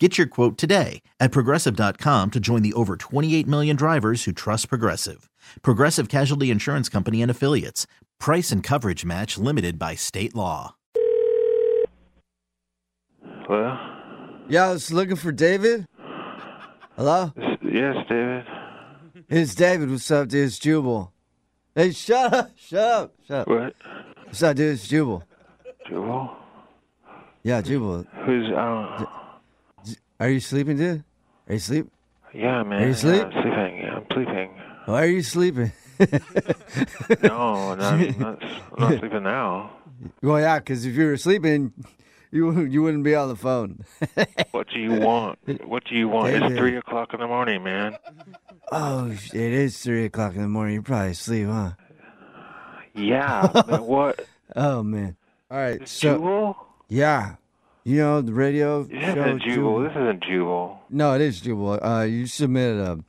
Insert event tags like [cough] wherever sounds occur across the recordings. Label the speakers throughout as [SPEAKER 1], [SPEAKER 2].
[SPEAKER 1] Get your quote today at progressive.com to join the over 28 million drivers who trust Progressive. Progressive Casualty Insurance Company and Affiliates. Price and coverage match limited by state law.
[SPEAKER 2] Well,
[SPEAKER 3] Yeah, I was looking for David. Hello?
[SPEAKER 2] s- yes, David.
[SPEAKER 3] It's David. What's up, dude? It's Jubal. Hey, shut up. Shut up. Shut up.
[SPEAKER 2] What?
[SPEAKER 3] What's up, dude? It's Jubal.
[SPEAKER 2] Jubal?
[SPEAKER 3] Yeah, Jubal.
[SPEAKER 2] Who's, oh, I don't
[SPEAKER 3] Are you sleeping, dude? Are you sleep?
[SPEAKER 2] Yeah, man.
[SPEAKER 3] Are you
[SPEAKER 2] Yeah,
[SPEAKER 3] asleep?
[SPEAKER 2] I'm sleeping. Yeah, I'm sleeping.
[SPEAKER 3] Why are you sleeping? [laughs]
[SPEAKER 2] No, no, I'm not, I'm
[SPEAKER 3] [laughs]
[SPEAKER 2] not sleeping now.
[SPEAKER 3] well, yeah, because if you were sleeping, you wou- you wouldn't be on the phone. [laughs]
[SPEAKER 2] What do you want? What do you want?
[SPEAKER 3] David.
[SPEAKER 2] It's 3 o'clock in the morning, man.
[SPEAKER 3] oh, sh- it is three o'clock in the morning. You're probably asleep, huh? [laughs]
[SPEAKER 2] Yeah. man, what?
[SPEAKER 3] Oh man. All right. So
[SPEAKER 2] Jubal?
[SPEAKER 3] yeah, you know the radio
[SPEAKER 2] This
[SPEAKER 3] show.
[SPEAKER 2] isn't Jubal. This isn't Jubal.
[SPEAKER 3] No, it is Jubal. Uh, you submitted a,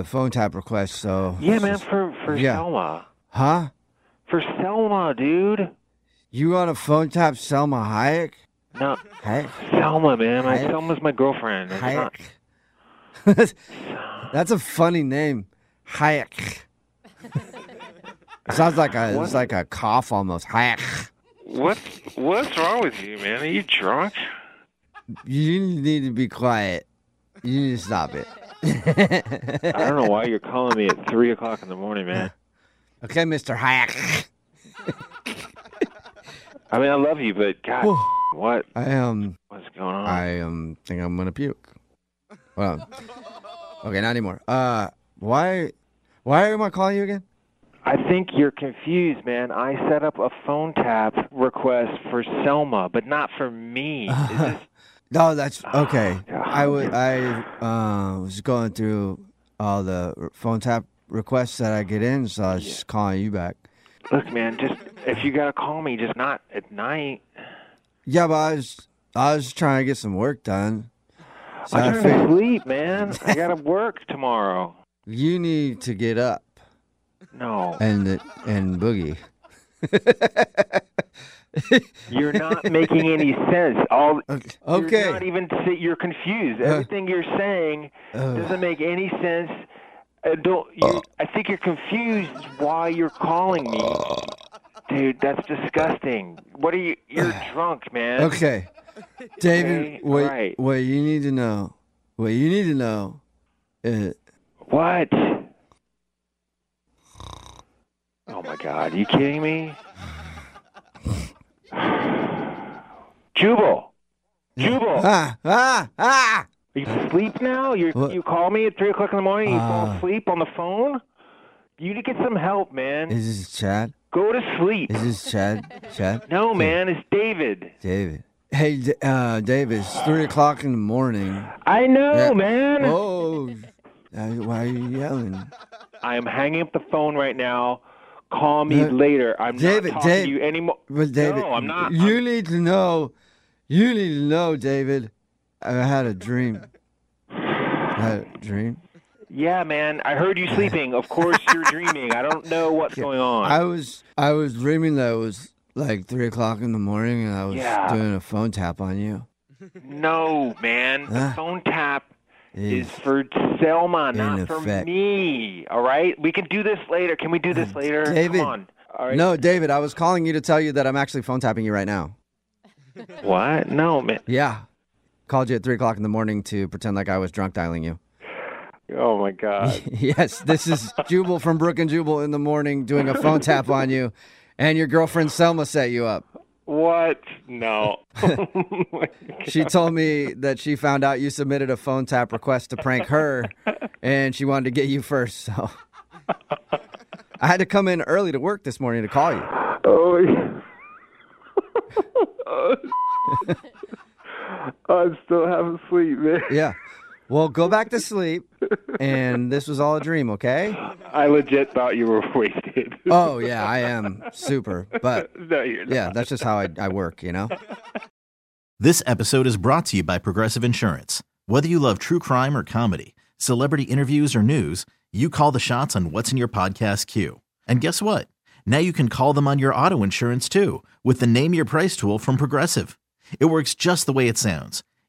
[SPEAKER 3] a phone tap request, so
[SPEAKER 2] Yeah, man, for, for
[SPEAKER 3] Yeah.
[SPEAKER 2] Selma.
[SPEAKER 3] Huh?
[SPEAKER 2] For Selma, dude.
[SPEAKER 3] You want to phone tap Selma Hayek?
[SPEAKER 2] No,
[SPEAKER 3] Hayek?
[SPEAKER 2] Selma, man. My,
[SPEAKER 3] Hayek.
[SPEAKER 2] Selma's my girlfriend. It's not-
[SPEAKER 3] Hayek? [laughs] That's a funny name, Hayek. Sounds like a it's like a cough almost. Hayek.
[SPEAKER 2] what, what's wrong with you, man? Are you drunk?
[SPEAKER 3] You need to be quiet. You need to stop it.
[SPEAKER 2] [laughs] I don't know why you're calling me at 3 o'clock in the morning, man.
[SPEAKER 3] [laughs] Okay, Mr. Hayek.
[SPEAKER 2] I mean, I love you, but God, what
[SPEAKER 3] I um
[SPEAKER 2] what's going on?
[SPEAKER 3] I um think I'm gonna puke. Well, okay, not anymore. Uh, why, why am I calling you again?
[SPEAKER 2] I think you're confused, man. I set up a phone tap request for Selma, but not for me. Is this,
[SPEAKER 3] No, that's okay.
[SPEAKER 2] God.
[SPEAKER 3] I was I uh, was going through all the r- phone tap requests that I get in, so I was just calling you back.
[SPEAKER 2] look, man, just if you gotta call me, just not at night.
[SPEAKER 3] Yeah, but I was I was trying to get some work done. So I
[SPEAKER 2] I'm trying to
[SPEAKER 3] figured
[SPEAKER 2] sleep, man. I gotta work tomorrow.
[SPEAKER 3] you need to get up [laughs]
[SPEAKER 2] No,
[SPEAKER 3] and and boogie.
[SPEAKER 2] you're not making any sense. All You're not
[SPEAKER 3] Okay. Uh,
[SPEAKER 2] even. You're confused. Everything you're saying doesn't make any sense. Uh, don't. You, I think you're confused why you're calling me, dude. That's disgusting. What are you?
[SPEAKER 3] [sighs]
[SPEAKER 2] You're drunk, man. [laughs]
[SPEAKER 3] Okay. David,
[SPEAKER 2] Okay,
[SPEAKER 3] what
[SPEAKER 2] right.
[SPEAKER 3] what you need to know, what you need to know, uh, is
[SPEAKER 2] What? Oh my God! Are you kidding me? [sighs] Jubal, Jubal, are
[SPEAKER 3] ah ah ah.
[SPEAKER 2] you asleep now? You
[SPEAKER 3] What?
[SPEAKER 2] you call me at three o'clock in the morning. You fall
[SPEAKER 3] Ah.
[SPEAKER 2] asleep on the phone. You need to get some help, man.
[SPEAKER 3] Is this Chad?
[SPEAKER 2] Go to sleep.
[SPEAKER 3] Is
[SPEAKER 2] [laughs]
[SPEAKER 3] this Chad? Chad?
[SPEAKER 2] No, man, it's David.
[SPEAKER 3] David. Hey, D- uh, David, it's three o'clock in the morning.
[SPEAKER 2] I know,
[SPEAKER 3] Yeah.
[SPEAKER 2] man.
[SPEAKER 3] Oh, uh, why are you yelling?
[SPEAKER 2] I am hanging up the phone right now. Call me
[SPEAKER 3] No.
[SPEAKER 2] later. I'm
[SPEAKER 3] David,
[SPEAKER 2] not talking
[SPEAKER 3] Dave-
[SPEAKER 2] to you anymore.
[SPEAKER 3] Well, David,
[SPEAKER 2] no, I'm not.
[SPEAKER 3] You
[SPEAKER 2] I'm-
[SPEAKER 3] need to know. You need to know, David. I had a dream. I had a dream.
[SPEAKER 2] yeah, man. I heard you sleeping. Of course,
[SPEAKER 3] [laughs]
[SPEAKER 2] you're dreaming. I don't know what's going on.
[SPEAKER 3] I was I was dreaming that it was like three o'clock in the morning, and I was
[SPEAKER 2] Yeah.
[SPEAKER 3] doing a phone tap on you.
[SPEAKER 2] no, man. The
[SPEAKER 3] Huh?
[SPEAKER 2] phone tap is
[SPEAKER 3] Is
[SPEAKER 2] for Selma, not
[SPEAKER 3] in
[SPEAKER 2] for
[SPEAKER 3] effect. Uh,
[SPEAKER 2] me. All right? We can do this later. Can we do this later?
[SPEAKER 3] David.
[SPEAKER 2] Come on. All right.
[SPEAKER 3] no, David. I was calling you to tell you that I'm actually phone tapping you right now.
[SPEAKER 2] What? No, man.
[SPEAKER 3] Yeah, called you at three o'clock in the morning to pretend like I was drunk dialing you. [laughs]
[SPEAKER 2] Oh my God.
[SPEAKER 3] yes, this is Jubal from Brook and Jubal in the morning doing a phone tap on you, and your girlfriend Selma set you up.
[SPEAKER 2] what? No.
[SPEAKER 3] She told me that she found out you submitted a phone tap request to prank her, and she wanted to get you first. So I had to come in early to work this morning to call you.
[SPEAKER 2] Oh, [laughs] yeah. I'm still having sleep, man.
[SPEAKER 3] Yeah. Well, go back to sleep. And this was all a dream, okay?
[SPEAKER 2] I legit thought you were wasted. [laughs]
[SPEAKER 3] Oh, yeah, I am super. But
[SPEAKER 2] no, you're not.
[SPEAKER 3] yeah, that's just how I, I work, you know?
[SPEAKER 1] This episode is brought to you by Progressive Insurance. Whether you love true crime or comedy, celebrity interviews or news, you call the shots on what's in your podcast queue. And guess what? Now you can call them on your auto insurance too with the Name Your Price tool from Progressive. It works just the way it sounds.